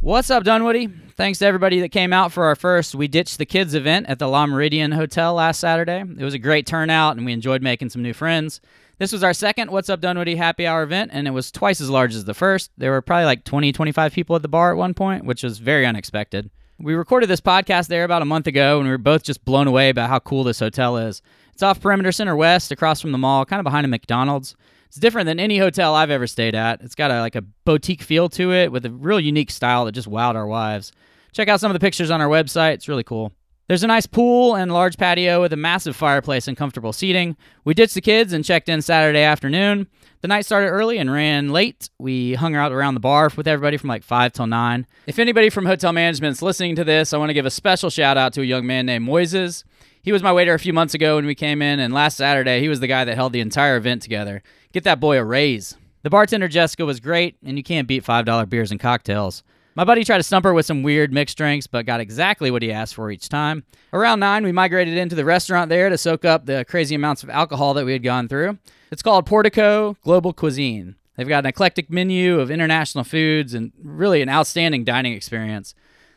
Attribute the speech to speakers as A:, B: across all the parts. A: What's up, Dunwoody? Thanks to everybody that came out for our first We Ditched the Kids event at the La Meridian Hotel last Saturday. It was a great turnout, and we enjoyed making some new friends. This was our second What's Up Dunwoody happy hour event, and it was twice as large as the first. There were probably like 20, 25 people at the bar at one point, which was very unexpected. We recorded this podcast there about a month ago, and we were both just blown away by how cool this hotel is. It's off Perimeter Center West, across from the mall, kind of behind a McDonald's. It's different than any hotel I've ever stayed at. It's got a, like a boutique feel to it with a real unique style that just wowed our wives. Check out some of the pictures on our website. It's really cool. There's a nice pool and large patio with a massive fireplace and comfortable seating. We ditched the kids and checked in Saturday afternoon. The night started early and ran late. We hung out around the bar with everybody from like 5 till 9. If anybody from hotel management's listening to this, I want to give a special shout out to a young man named Moises. He was my waiter a few months ago when we came in, and last Saturday he was the guy that held the entire event together. Get that boy a raise. The bartender Jessica was great, and you can't beat $5 beers and cocktails. My buddy tried to stump her with some weird mixed drinks, but got exactly what he asked for each time. Around 9, we migrated into the restaurant there to soak up the crazy amounts of alcohol that we had gone through. It's called Portico Global Cuisine. They've got an eclectic menu of international foods and really an outstanding dining experience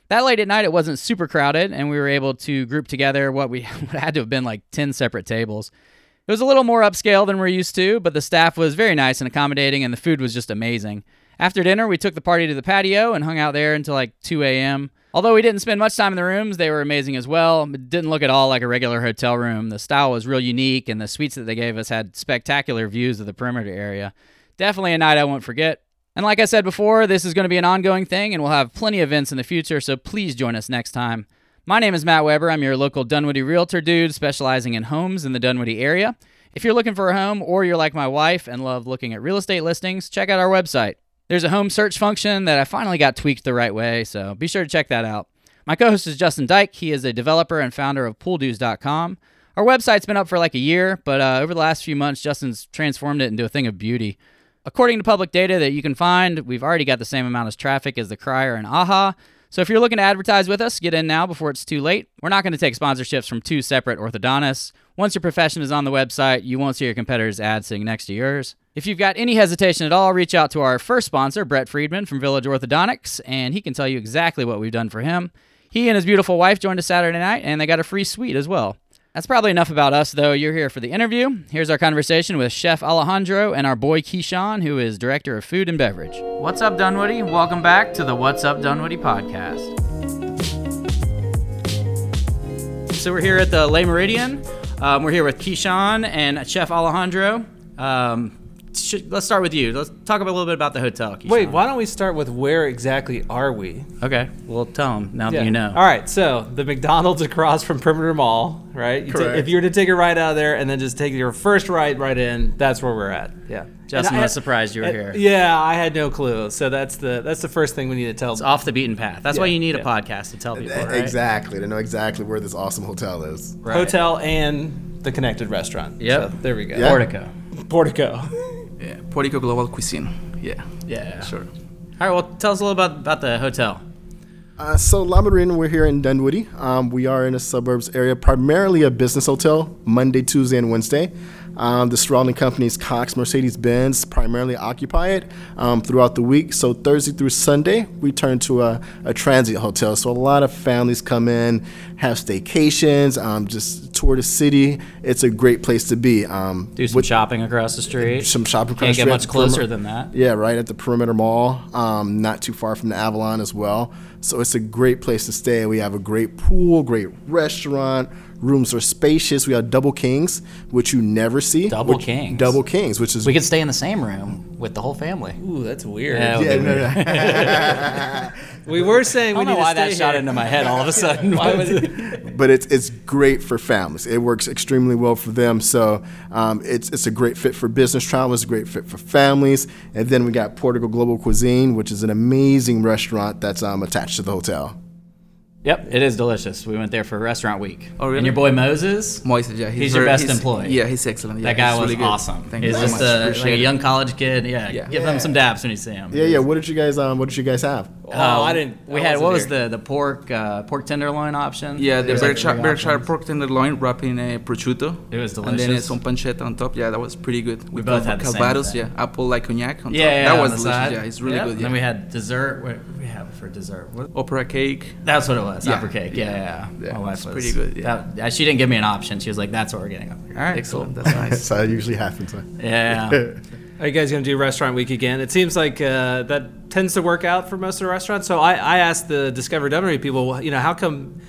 A: that late at night it wasn't super crowded and we were able to group together what we what had to have been like 10 separate tables it was a little more upscale than we're used to but the staff was very nice and accommodating and the food was just amazing after dinner we took the party to the patio and hung out there until like 2 a.m although we didn't spend much time in the rooms they were amazing as well it didn't look at all like a regular hotel room the style was real unique and the suites that they gave us had spectacular views of the perimeter area definitely a night i won't forget and like I said before, this is going to be an ongoing thing, and we'll have plenty of events in the future, so please join us next time. My name is Matt Weber. I'm your local Dunwoody realtor dude specializing in homes in the Dunwoody area. If you're looking for a home or you're like my wife and love looking at real estate listings, check out our website. There's a home search function that I finally got tweaked the right way, so be sure to check that out. My co host is Justin Dyke. He is a developer and founder of pooldues.com. Our website's been up for like a year, but uh, over the last few months, Justin's transformed it into a thing of beauty. According to public data that you can find, we've already got the same amount of traffic as the Crier and Aha. So if you're looking to advertise with us, get in now before it's too late. We're not going to take sponsorships from two separate orthodontists. Once your profession is on the website, you won't see your competitor's ad sitting next to yours. If you've got any hesitation at all, reach out to our first sponsor, Brett Friedman from Village Orthodontics, and he can tell you exactly what we've done for him. He and his beautiful wife joined us Saturday night, and they got a free suite as well. That's probably enough about us, though. You're here for the interview. Here's our conversation with Chef Alejandro and our boy Keyshawn, who is Director of Food and Beverage. What's up, Dunwoody? Welcome back to the What's Up, Dunwoody podcast. So, we're here at the Le Meridian. Um, we're here with Keyshawn and Chef Alejandro. Um, sh- let's start with you. Let's talk a little bit about the hotel. Keyshawn.
B: Wait, why don't we start with where exactly are we?
A: Okay. Well, tell them now
B: Yeah.
A: that you know.
B: All right, so the McDonald's across from Perimeter Mall, right? You ta-
A: Correct.
B: if you were to take a right out of there and then just take your first right right in, that's where we're at. Yeah.
A: Justin
B: And I- uh,
A: was surprised you were here.
B: Yeah, I had no clue. So that's the that's the first thing we need to tell.
A: It's off the beaten path. That's why
B: Yeah,
A: you need a
B: yeah. E-
A: podcast to tell people. Right?
C: Exactly, to know exactly where this awesome hotel is.
A: Right.
B: Hotel and the connected restaurant.
A: Yep.
B: So there we go.
C: Yeah.
A: Portico.
B: Portico.
D: Yeah, Puerto Rico Global Cuisine. Yeah,
A: Yeah.
D: sure.
A: All right. Well, tell us a little about about the hotel.
C: Uh, so, La Marina, we're here in Dunwoody. Um, we are in a suburbs area, primarily a business hotel, Monday, Tuesday, and Wednesday. Um, the surrounding companies, Cox, Mercedes Benz, primarily occupy it um, throughout the week. So, Thursday through Sunday, we turn to a, a transit hotel. So, a lot of families come in, have staycations, um, just tour the city. It's a great place to be. Um,
A: Do some shopping across the street.
C: some shopping
A: Can't get
C: across
A: much
C: the-
A: closer than that.
C: Yeah, right at the Perimeter Mall, um, not too far from the Avalon as well. So it's a great place to stay. We have a great pool, great restaurant. Rooms are spacious. We have double kings, which you never see.
A: Double
C: which-
A: kings?
C: Double kings, which is
E: We could stay in the same room with the whole family.
B: Ooh, that's weird.
A: Yeah,
C: yeah, no, no.
B: We were saying
E: I
B: we
E: don't know
B: need to
E: why
B: stay
E: that shot
B: here.
E: into my head all of a sudden.
B: Why was it-
C: but it's it's great for families. It works extremely well for them. So um, it's it's a great fit for business travel. It's a great fit for families. And then we got Portugal Global Cuisine, which is an amazing restaurant that's um, attached to the hotel.
A: Yep, it is delicious. We went there for restaurant week.
D: Oh, really?
A: And your boy Moses.
D: Moises, yeah,
A: He's your best employee.
D: Yeah, he's excellent. Yeah,
A: That guy
D: he's
A: was
D: really good.
A: awesome.
D: Thank
A: he's
D: you
A: just
D: so much.
A: a, like
D: Appreciate
A: a
D: it.
A: young college kid. Yeah,
D: Yeah.
A: give him some daps when you see him.
C: Yeah, yeah. What did you guys um? What did you guys have?
B: Oh, I didn't.
A: We
B: I
A: had what
B: wasn't
A: was
B: here.
A: the the pork uh, pork tenderloin option?
D: Yeah, the
A: There's, like,
D: Berkshire,
A: three
D: Berkshire
A: options.
D: pork tenderloin wrapped in a prosciutto.
A: It was
D: And then uh,
A: delicious.
D: some pancetta on top. Yeah, that was pretty good. We,
A: both
D: got
A: had the same
D: Calvados,
A: thing.
D: yeah. Apple like cognac on
A: Yeah,
D: top.
A: yeah,
D: that
A: on
D: was
A: the
D: delicious.
A: side.
D: Yeah, it's really
A: Yeah.
D: good.
A: And
D: Yeah.
A: then we had dessert. What did we have for dessert? What,
D: Opera cake.
A: that's what it was.
D: Yeah.
A: Upper cake. Yeah, yeah. yeah.
D: Yeah,
A: My wife
D: it's
A: was
D: pretty good, yeah.
A: that- uh, she didn't give me an option. She was like, "That's what we're getting." I was like, All right.
D: Excellent.
A: cool."
D: That's nice.
C: That's how it usually happens. huh?
A: Yeah. yeah.
B: Are you guys going to do restaurant week again? It seems like uh, that tends to work out for most of the restaurants. So I, I asked the Discover Dummery people, well, you know, how come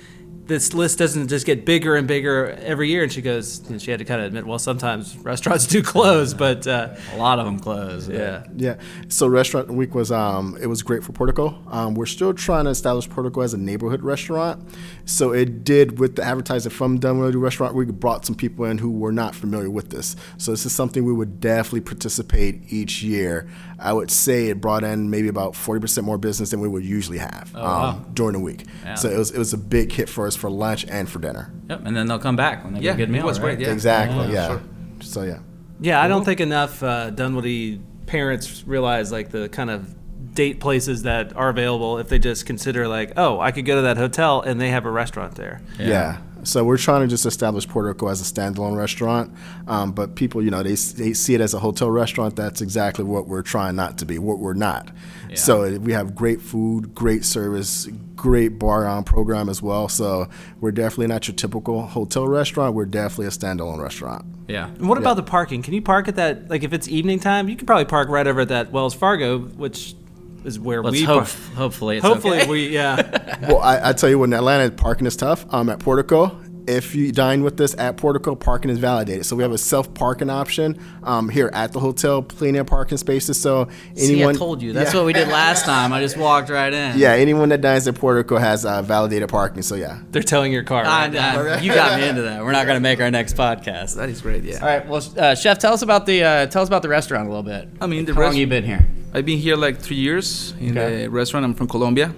B: this list doesn't just get bigger and bigger every year? And she goes, and she had to kind of admit, well, sometimes restaurants do close, but uh,
A: a lot of them closed. but-
B: yeah.
C: Yeah. So restaurant week was um it was great for Portico. Um, we're still trying to establish Portico as a neighborhood restaurant. So it did with the advertising from Dunwoody Restaurant Week brought some people in who were not familiar with this. So this is something we would definitely participate each year. I would say it brought in maybe about forty percent more business than we would usually have um, during the week. So it was it was a big hit for us for lunch and for dinner.
A: Yep. And then they'll come back when they get
D: Yeah,
A: a good meal.
D: it was
A: right?
D: great. Yeah.
C: Exactly. Yeah.
D: sure.
C: So yeah.
B: Yeah, I don't think enough uh, Dunwoody parents realize like the kind of date places that are available if they just consider like, oh, I could go to that hotel and they have a restaurant there.
C: Yeah. So we're trying to just establish Portico as a standalone restaurant, um, but people, you know, they, s- they see it as a hotel restaurant. That's exactly what we're trying not to be. What we're not. So uh, we have great food, great service, great bar on program as well. So we're definitely not your typical hotel restaurant. We're definitely a standalone restaurant.
A: Yeah.
B: And what about the parking? Can you park at that like if it's evening time, you could probably park right over at that Wells Fargo, which is where
A: Let's
B: we
A: hope.
B: park.
A: Hopefully, it's
B: Hopefully
A: okay.
B: we yeah.
C: Well, I, I tell you what, in Atlanta, parking is tough. Um, at Portico, if you dine with us at Portico, parking is validated. So we have a self parking option um, here at the hotel, plenty of parking spaces. So
A: See, I
C: anyone,
A: told you. That's what we did last time. I just walked right in.
C: yeah, anyone that dines at Portico has uh, validated parking. So yeah,
B: They're towing your car.
A: I,
B: right now.
A: I, you got me into that. We're not going to make our next podcast.
D: That is great, yeah.
A: All right. Well, uh, chef, tell us about the uh, tell us about the restaurant a little bit.
D: I mean, the
A: how long
D: rest-
A: you been here?
D: I've been here like three years in
A: Okay.
D: the restaurant. I'm from Colombia,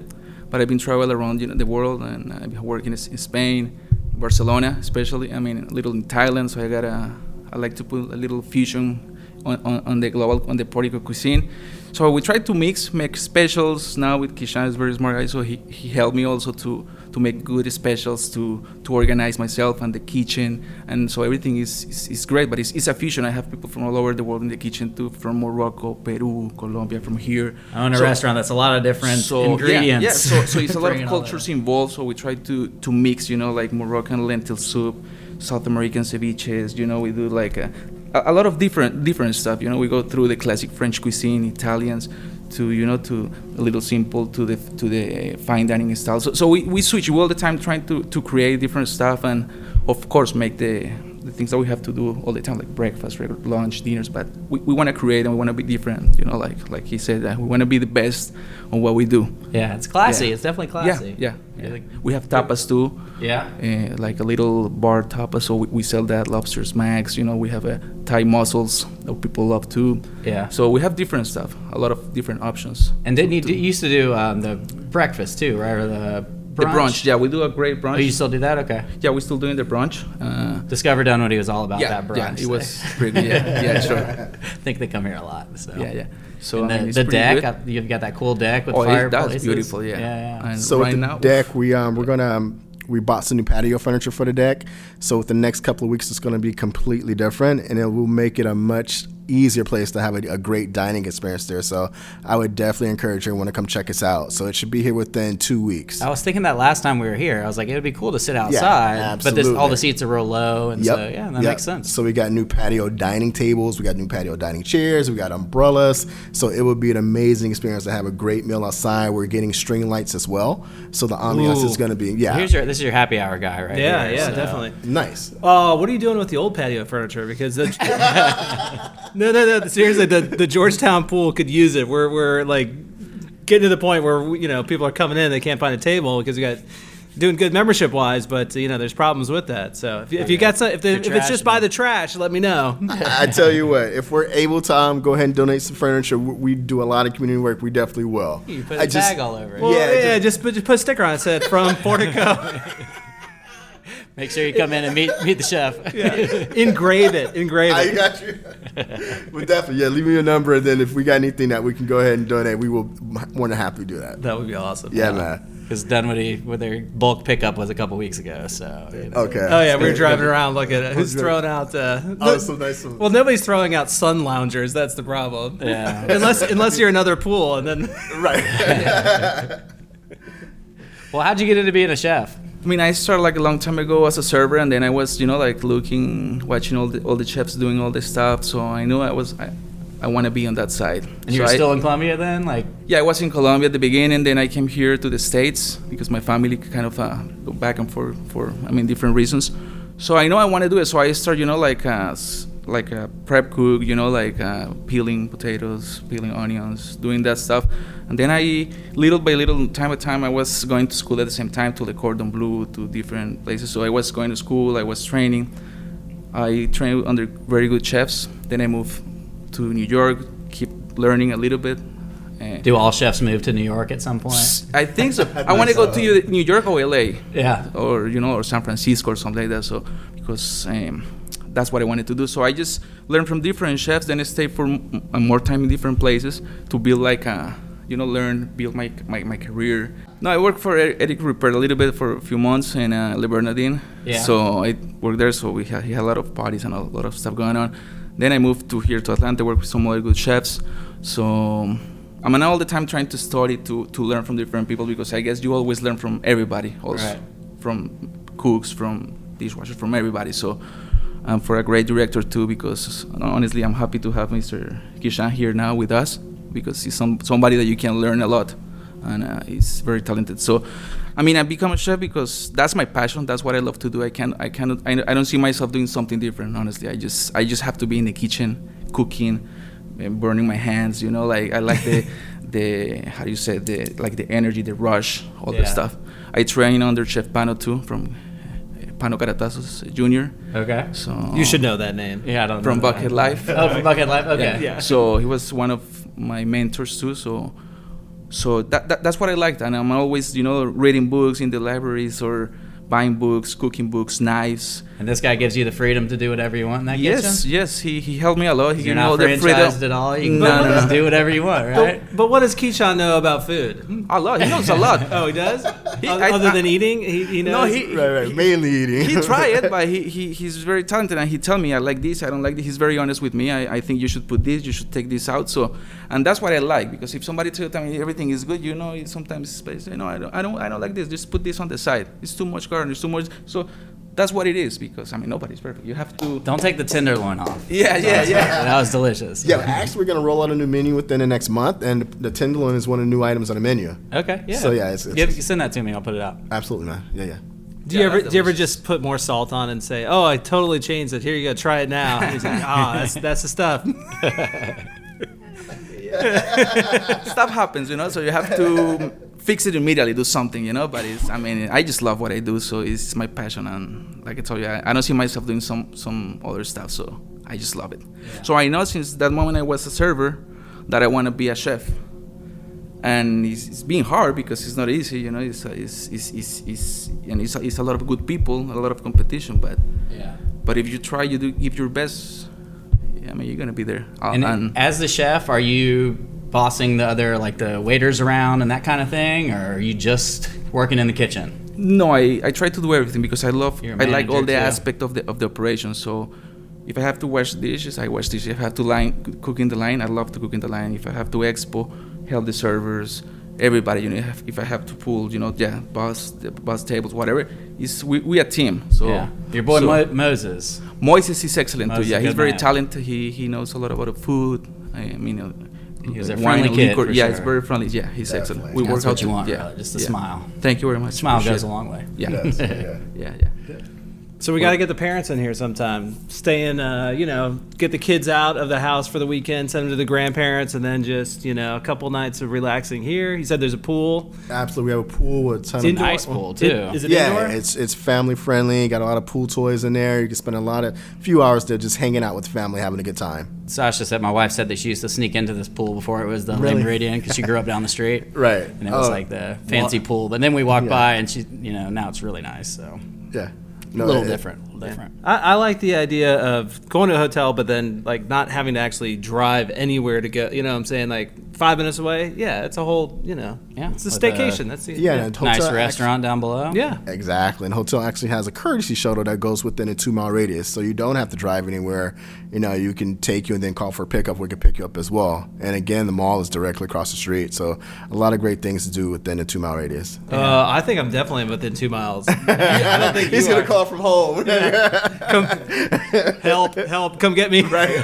D: but I've been traveling around you know, the world and I've been working in, in Spain, Barcelona especially. I mean, a little in Thailand. So I got a, I like to put a little fusion on, on, on the global, on the Puerto cuisine. So we try to mix, make specials now with Kishan is very smart guy. So he, he helped me also to, to make good specials, to, to organize myself and the kitchen. And so everything is, is, is great, but it's, it's a fusion. I have people from all over the world in the kitchen too, from Morocco, Peru, Colombia, from here.
A: I own a
D: So-
A: restaurant that's a lot of different
D: yeah,
A: ingredients.
D: Yeah, so, so it's a lot
A: Bringing
D: of
A: all
D: cultures
A: that.
D: involved. So we try to, to mix, you know, like Moroccan lentil soup, South American ceviches. You know, we do like a, a a lot of different different stuff. You know, we go through the classic French cuisine, Italians, to you know, to a little simple, to the to the fine dining style. So, so we, we switch all the time, trying to, to create different stuff, and of course make the the things that we have to do all the time, like breakfast, regular lunch, dinners. But we, we want to create and we want to be different. You know, like like he said, that we want to be the best on what we do.
A: Yeah, it's classy.
D: Yeah.
A: It's definitely
D: Yeah,
A: classy.
D: yeah.
A: Yeah.
D: yeah. We have tapas too,
A: Yeah.
D: uh, like a little bar tapas. So we, we sell that lobster smacks. You know, we have a Thai mussels that people love too.
A: Yeah.
D: So we have different stuff, a lot of different options.
A: And didn't you, do, you used to do um, the breakfast too, right? Or the brunch?
D: The brunch, yeah, we do a great brunch.
A: Oh, you still do that? Okay.
D: yeah, we're still doing the brunch. Uh,
A: Discover done what he was all about
D: yeah,
A: that
D: yeah,
A: brunch.
D: it was pretty. Yeah, yeah, sure.
A: I think they come here a lot. So.
D: Yeah, yeah. So
A: And
D: I mean,
A: the,
D: it's
A: the
D: pretty
A: deck,
D: good.
A: uh, you've got that cool deck with
D: Oh, it,
A: fireplaces.
D: that's beautiful.
A: yeah,
D: Yeah.
A: yeah.
D: And
C: so
D: right
C: with the
D: now,
C: deck, we um, we're gonna um, we bought some new patio furniture for the deck. So with the next couple of weeks, it's gonna be completely different, and it will make it a much easier place to have a, a great dining experience there. So I would definitely encourage everyone to come check us out. So it should be here within two weeks.
A: I was thinking that last time we were here. I was like, it would be cool to sit outside, but this, all
C: absolutely.
A: the seats are real low, and so yeah, that
C: yep.
A: makes sense.
C: So we got new patio dining tables, we got new patio dining chairs, we got umbrellas. So it would be an amazing experience to have a great meal outside. We're getting string lights as well, so the ambiance
B: Ooh.
C: is going to be yeah,
A: Here's your this is your happy hour guy, right?
B: yeah,
A: here,
B: yeah,
A: so-
B: definitely.
C: nice.
B: Oh, what are you doing with the old patio furniture? Because the, no, no, no. Seriously, the, the Georgetown pool could use it. We're we're like getting to the point where you know people are coming in, they can't find a table because we got doing good membership wise, but you know there's problems with that. So if, you- if you got some, if, the, if it's
A: trash
B: just by
A: bin.
B: the trash, let me know.
C: I tell you what, if we're able to um, go ahead and donate some furniture, we, we do a lot of community work. We definitely will.
A: You put a
C: I
A: tag
C: just-
A: all over it.
B: Well,
C: Yeah,
B: yeah, just, put, just put a sticker on it said from Portico.
A: Make sure you come in and meet meet the chef.
B: engrave it. Engrave
C: I
B: it.
C: got you. well, definitely. Yeah, leave me your number, and then if we got anything that we can go ahead and donate, we will more than happily do that.
B: That would be awesome.
C: Yeah, man.
E: Because Dunwoody, with their bulk pickup was a couple weeks ago, so. You know.
C: Okay.
B: Oh yeah, we were driving around looking at who's
C: good.
B: throwing out. Uh,
C: Oh, it's so nice. of-
B: Well, nobody's throwing out sun loungers. That's the problem.
E: Yeah.
B: unless unless you're another pool, and then
C: right. Oh.
E: Well, how'd you get into being a chef?
D: I mean, I started like a long time ago as a server, and then I was, you know, like looking, watching all the all the chefs doing all this stuff. So I knew I was, I, I want to be on that side.
E: And you were
D: So I-
E: still in Columbia then? Like,
D: Yeah, I was in Colombia at the beginning, then I came here to the States because my family kind of uh, go back and forth for, I mean, different reasons. So I know I want to do it, so I start, you know, like uh, s- like a prep cook, you know, like uh, peeling potatoes, peeling onions, doing that stuff. And then I, little by little, time by time, I was going to school at the same time to the Cordon Bleu, to different places. So I was going to school, I was training. I trained under very good chefs. Then I moved to New York, keep learning a little bit. And
E: do all chefs move to New York at some point?
D: I think so. I want to go to either New York or LA,
E: Yeah.
D: or you know, or San Francisco or something like that. So because um, that's what I wanted to do. So I just learned from different chefs, then I stayed for m- m- more time in different places to build like a, you know, learn, build my my, my career. No, I worked for E- Eric Rupert a little bit for a few months in uh, Le Bernardin.
E: Yeah.
D: So I worked there. So we had, he had a lot of parties and a lot of stuff going on. Then I moved to here to Atlanta, worked with some other good chefs. So I mean, all the time trying to study to, to learn from different people because I guess you always learn from everybody, also
E: Right.
D: from cooks, from dishwashers, from everybody. So, um, for a great director too, because honestly, I'm happy to have Mr. Kishan here now with us because he's some, somebody that you can learn a lot, and uh, he's very talented. So, I mean, I become a chef because that's my passion. That's what I love to do. I can I cannot I, I don't see myself doing something different. Honestly, I just I just have to be in the kitchen cooking and burning my hands you know like i like the the how do you say it? the like the energy the rush all that
E: Yeah.
D: stuff i train under chef pano too from uh, pano caratazos junior
E: Okay.
D: so
B: you should know that name.
E: Yeah, I don't
D: from
E: know.
D: bucket life
E: Oh, from Bucket Life? Okay.
B: Yeah.
D: so he was one of my mentors too. So, so that, that that's what I liked, and I'm always you know reading books in the libraries or buying books, cooking books, knives.
E: And this guy gives you the freedom to do whatever you want in that
D: Yes,
E: kitchen?
D: yes, he, he helped me a lot. He
E: You're
D: gave me all
E: not
D: the freedom.
E: franchised at all. You can
D: No, no,
E: just
D: no.
E: do whatever you want, right?
B: But, but what does Keyshawn know about food? Hmm.
D: A lot. He knows a lot.
B: Oh, he does.
D: He-
B: Oth-
D: I-
B: Other
D: I-
B: than eating, he, he
D: no,
B: knows.
D: he,
C: Right, right. Mainly eating.
D: he tried it, but he, he he's very talented, and he tell me I like this, I don't like this. He's very honest with me. I, I think you should put this, you should take this out. So, and that's what I like because if somebody tells me everything is good, you know, it sometimes it's based, you know I don't I don't I don't like this. Just put this on the side. It's too much garnish, it's too much. So, that's what it is because I mean nobody's perfect. You have to.
E: Don't take the tenderloin off.
D: Yeah, yeah, yeah.
E: That was delicious.
C: Yeah, actually, we're gonna roll out a new menu within the next month, and the tenderloin is one of the new items on the menu.
E: Okay. Yeah.
C: So, yeah, it's- it's-
E: Give- send that to me. I'll put it up.
C: Absolutely, man. Yeah, yeah.
B: do you
D: Yeah,
B: ever
D: that's
B: do you ever
D: delicious.
B: just put more salt on and say, "Oh, I totally changed it. Here you go, try it now." And he's like, "Ah, that's that's the stuff."
D: Stuff happens, you know. So you have to fix it immediately, do something, you know. But it's I mean I just love what I do, so it's my passion, and like I told you, I, I don't see myself doing some some other stuff. So I just love it. So I know since that moment I was a server that I want to be a chef. And it's, it's being hard because it's not easy, you know. It's, it's, it's, it's, it's and it's, it's a lot of good people, a lot of competition. But
E: Yeah.
D: but if you try, you do give your best. I mean, you're gonna be there. Uh,
E: And, as the chef, are you bossing the other like the waiters around and that kind of thing, or are you just working in the kitchen?
D: No, I, I try to do everything because I love
E: You're a
D: I like all
E: manager,
D: the
E: too.
D: aspect of the of the operation. So if I have to wash dishes, I wash dishes. If I have to line cook in the line, I love to cook in the line. If I have to expo, help the servers, everybody. You know, if, if I have to pull, you know, yeah, bus the bus tables, whatever. It's we we a team. So
E: yeah. Your boy
D: so-
E: Mo- Moses.
D: Moises is excellent
E: Moises
D: too.
E: is
D: Yeah,
E: a
D: he's
E: good
D: very
E: man.
D: talented. He he knows a lot about the food. I mean, uh,
E: He's a
D: wine,
E: friendly kid,
D: liquor.
E: for
D: Yeah, he's
E: sure.
D: very friendly. Yeah, he's excellent.
C: Definitely.
D: We
E: That's
D: work
E: what
D: out.
E: you want,
D: yeah,
E: brother. Just a
D: yeah.
E: smile.
D: Thank you very much.
E: Smile
D: Appreciate
E: goes a
D: it.
E: long way.
D: Yeah.
C: Yes, yeah.
D: yeah, yeah.
B: So we got to get the parents in here sometime. Stay in, uh, you know, get the kids out of the house for the weekend, send them to the grandparents, and then just, you know, a couple nights of relaxing here. He said there's a pool.
C: Absolutely, we have a pool with a ton of
B: indoor-
E: Nice pool
B: It-
E: too.
B: Is it
C: Yeah,
B: indoor?
C: it's it's family friendly. Got a lot of pool toys in there. You can spend a lot of few hours there just hanging out with family, having a good time.
E: Sasha said my wife said that she used to sneak into this pool before it was the really?
C: Really?
E: Meridian because she grew up down the street.
C: Right.
E: And it was
C: Oh.
E: like the fancy pool. But then we walked by and she, you know, now it's really nice. So
C: Yeah,
A: a
C: No,
A: little
C: it-
A: different. A little different.
B: I, I like the idea of going to a hotel, but then like not having to actually drive anywhere to go. You know, what I'm saying like five minutes away. Yeah, it's a whole. You know,
A: Yeah,
B: it's a
A: with a-
B: staycation. That's the,
C: Yeah, and hotel
A: Nice
C: act-
A: restaurant down below.
B: yeah.
C: Exactly, and hotel actually has a courtesy shuttle that goes within a two mile radius, so you don't have to drive anywhere. You know, you can take you and then call for pickup. We can pick you up as well. And again, the mall is directly across the street, so a lot of great things to do within a two mile radius.
B: Uh, I think I'm definitely within two miles. I don't think
C: He's
B: you
C: gonna
B: are.
C: call from home.
B: help, help, come get me. Right.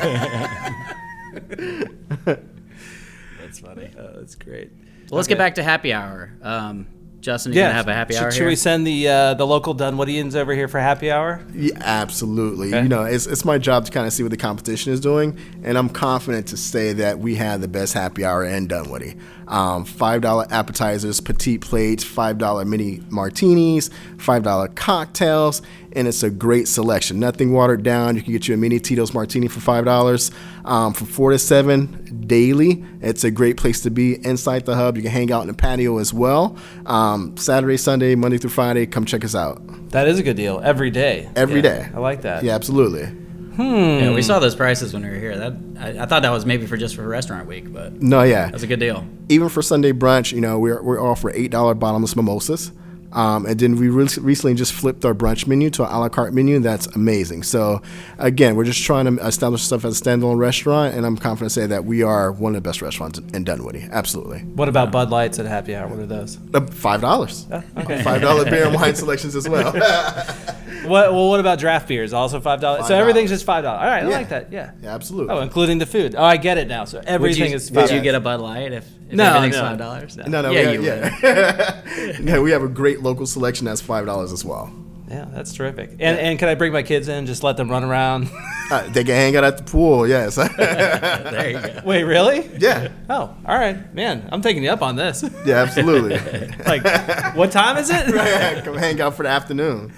A: that's funny.
B: Oh, that's great.
A: Well, let's get back to happy hour. Um, Justin, you
B: Yeah,
A: gonna have a happy
B: should,
A: hour
B: Should
A: here?
B: we send the uh, the local Dunwoodians over here for happy hour?
C: Yeah, absolutely. You know, it's, it's my job to kind of see what the competition is doing, and I'm confident to say that we have the best happy hour in Dunwoody. Um, $5 appetizers, petite plates, $5 mini martinis, $5 cocktails, and it's a great selection. Nothing watered down. You can get you a mini Tito's martini for $5 um, from 4 to 7 daily. It's a great place to be inside the hub. You can hang out in the patio as well. Um, Saturday, Sunday, Monday through Friday, come check us out.
B: That is a good deal. Every day.
C: Every
B: Every
C: day.
B: day. I like that.
C: Yeah, absolutely.
A: Yeah, we saw those prices when we were here. That I, I thought that was maybe for just for restaurant week, but
C: No, yeah.
A: that's a good deal.
C: Even for Sunday brunch, you know, we're, we're offer eight dollar bottomless mimosas, um, and then we re- recently just flipped our brunch menu to an a la carte menu. That's amazing. So, again, we're just trying to establish stuff as a standalone restaurant, and I'm confident to say that we are one of the best restaurants in Dunwoody. Absolutely,
B: What about Bud Lights at happy hour? What are those?
C: Uh, five dollars,
A: Oh,
C: five dollar beer and wine selections as well.
B: What, well, what about draft beers? Also five dollars. So
C: $5.
B: everything's just five dollars. All right,
C: Yeah.
B: I like that. Yeah.
C: yeah, absolutely.
B: Oh, including the food. Oh, I get it now. So
A: Would you,
B: everything is.
A: would
B: $5.
A: you get a Bud Light if, if
B: No,
A: everything's
B: no.
A: five dollars?
C: No, no,
A: yeah,
C: we
A: you
C: have,
A: would.
C: yeah. no, we have a great local selection that's five dollars as well.
B: Yeah, that's terrific. And and can I bring my kids in? Just let them run around.
C: Uh, they can hang out at the pool. Yes.
A: There you go.
B: Wait, really?
C: yeah.
B: Oh, all right, man. I'm taking you up on this.
C: Yeah, absolutely.
B: like, what time is it?
C: Come hang out for the afternoon.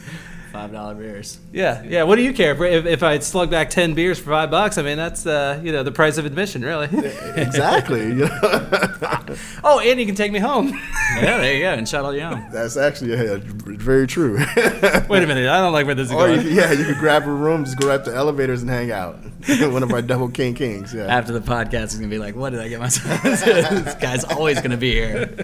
A: Five dollar beers.
B: Yeah, yeah. What do you care if, if I slug back ten beers for five bucks? I mean, that's uh, you know the price of admission, really.
C: Exactly. you know?
B: oh, and you can take me home.
A: Yeah, there you go. And shuttle you home.
C: That's actually yeah, very true.
B: Wait a minute, I don't like where this is
C: or Oh, you,
B: going.
C: could- yeah, you could grab a room, just go right up to elevators and hang out. One of our double king kings. Yeah.
A: After the podcast, is gonna be like, "What did I get myself into? this guy's always gonna be here."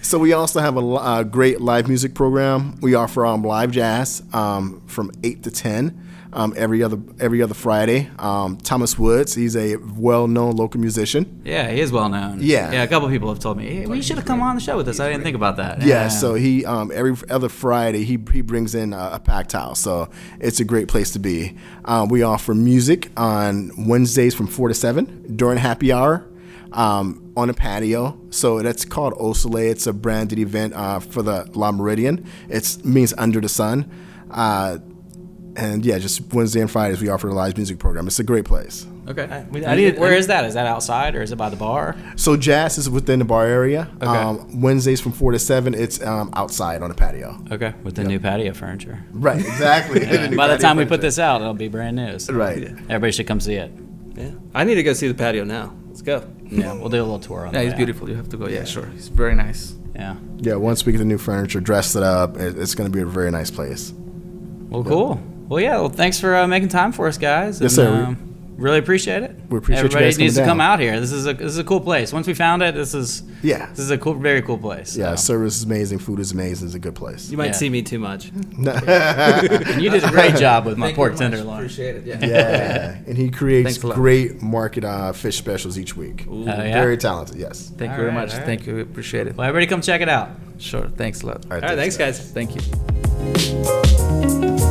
C: So we also have a li- uh, great live music program. We offer um, live jazz um, from eight to ten um, every other every other Friday. Um, Thomas Woods, he's a well-known local musician.
A: Yeah, he is well known.
C: Yeah.
A: yeah. A couple people have told me, "Hey, well, you should have come on the show with us." I didn't think about that.
C: Yeah, so he um, every other Friday he, he brings in a, a packed house, so it's a great place to be. Um, we offer music on Wednesdays from four to seven during happy hour um, on a patio. So that's called Osole. It's a branded event uh, for the La Meridian. It means under the sun, uh, and yeah, just Wednesday and Fridays we offer a live music program. It's a great place.
A: okay.
B: we- I need-
A: Where is that? Is that outside or is it by the bar?
C: So jazz is within the bar area. Um, Wednesdays from four to seven, it's um, outside on a patio.
A: Okay, with the new patio furniture.
C: Right, exactly.
A: By the time we put this out, it'll be brand new. so
C: Right.
A: Everybody should come see it.
B: Yeah. I need to go see the patio now. Let's go.
A: Yeah, we'll do a little tour on
D: Yeah,
A: that.
D: it's beautiful. You have to go. Yeah, sure. It's very nice.
A: Yeah.
C: Yeah, once we get the new furniture, dress it up, it- it's going to be a very nice place.
A: Well, cool. Well, yeah. Well, thanks for uh, making time for us, guys.
C: Yes,
A: and,
C: sir. We-
A: Um, really appreciate it.
C: We appreciate you
A: Everybody
C: guys
A: needs to
C: coming
A: come
C: down.
A: out here. This is a this is a cool place. Once we found it, this is
C: Yeah.
A: this is a cool, very cool place.
C: Yeah,
A: So.
C: service is amazing, food is amazing, it's a good place.
B: You might
A: Yeah.
B: see me too much.
A: And you did a great job with my
D: Thank you
A: pork
D: much.
A: tenderloin.
D: Appreciate it. Yeah.
C: Yeah, and he creates
D: Thanks a lot.
C: great market uh, fish specials each week.
A: Oh, yeah.
C: Very talented, yes.
D: Thank
A: All
D: you very
A: right,
D: much.
A: all right.
D: Thank you. Appreciate it.
A: Well, everybody, come check it out.
D: Sure. Thanks a lot.
B: All right, thanks, guys.
D: Thank you.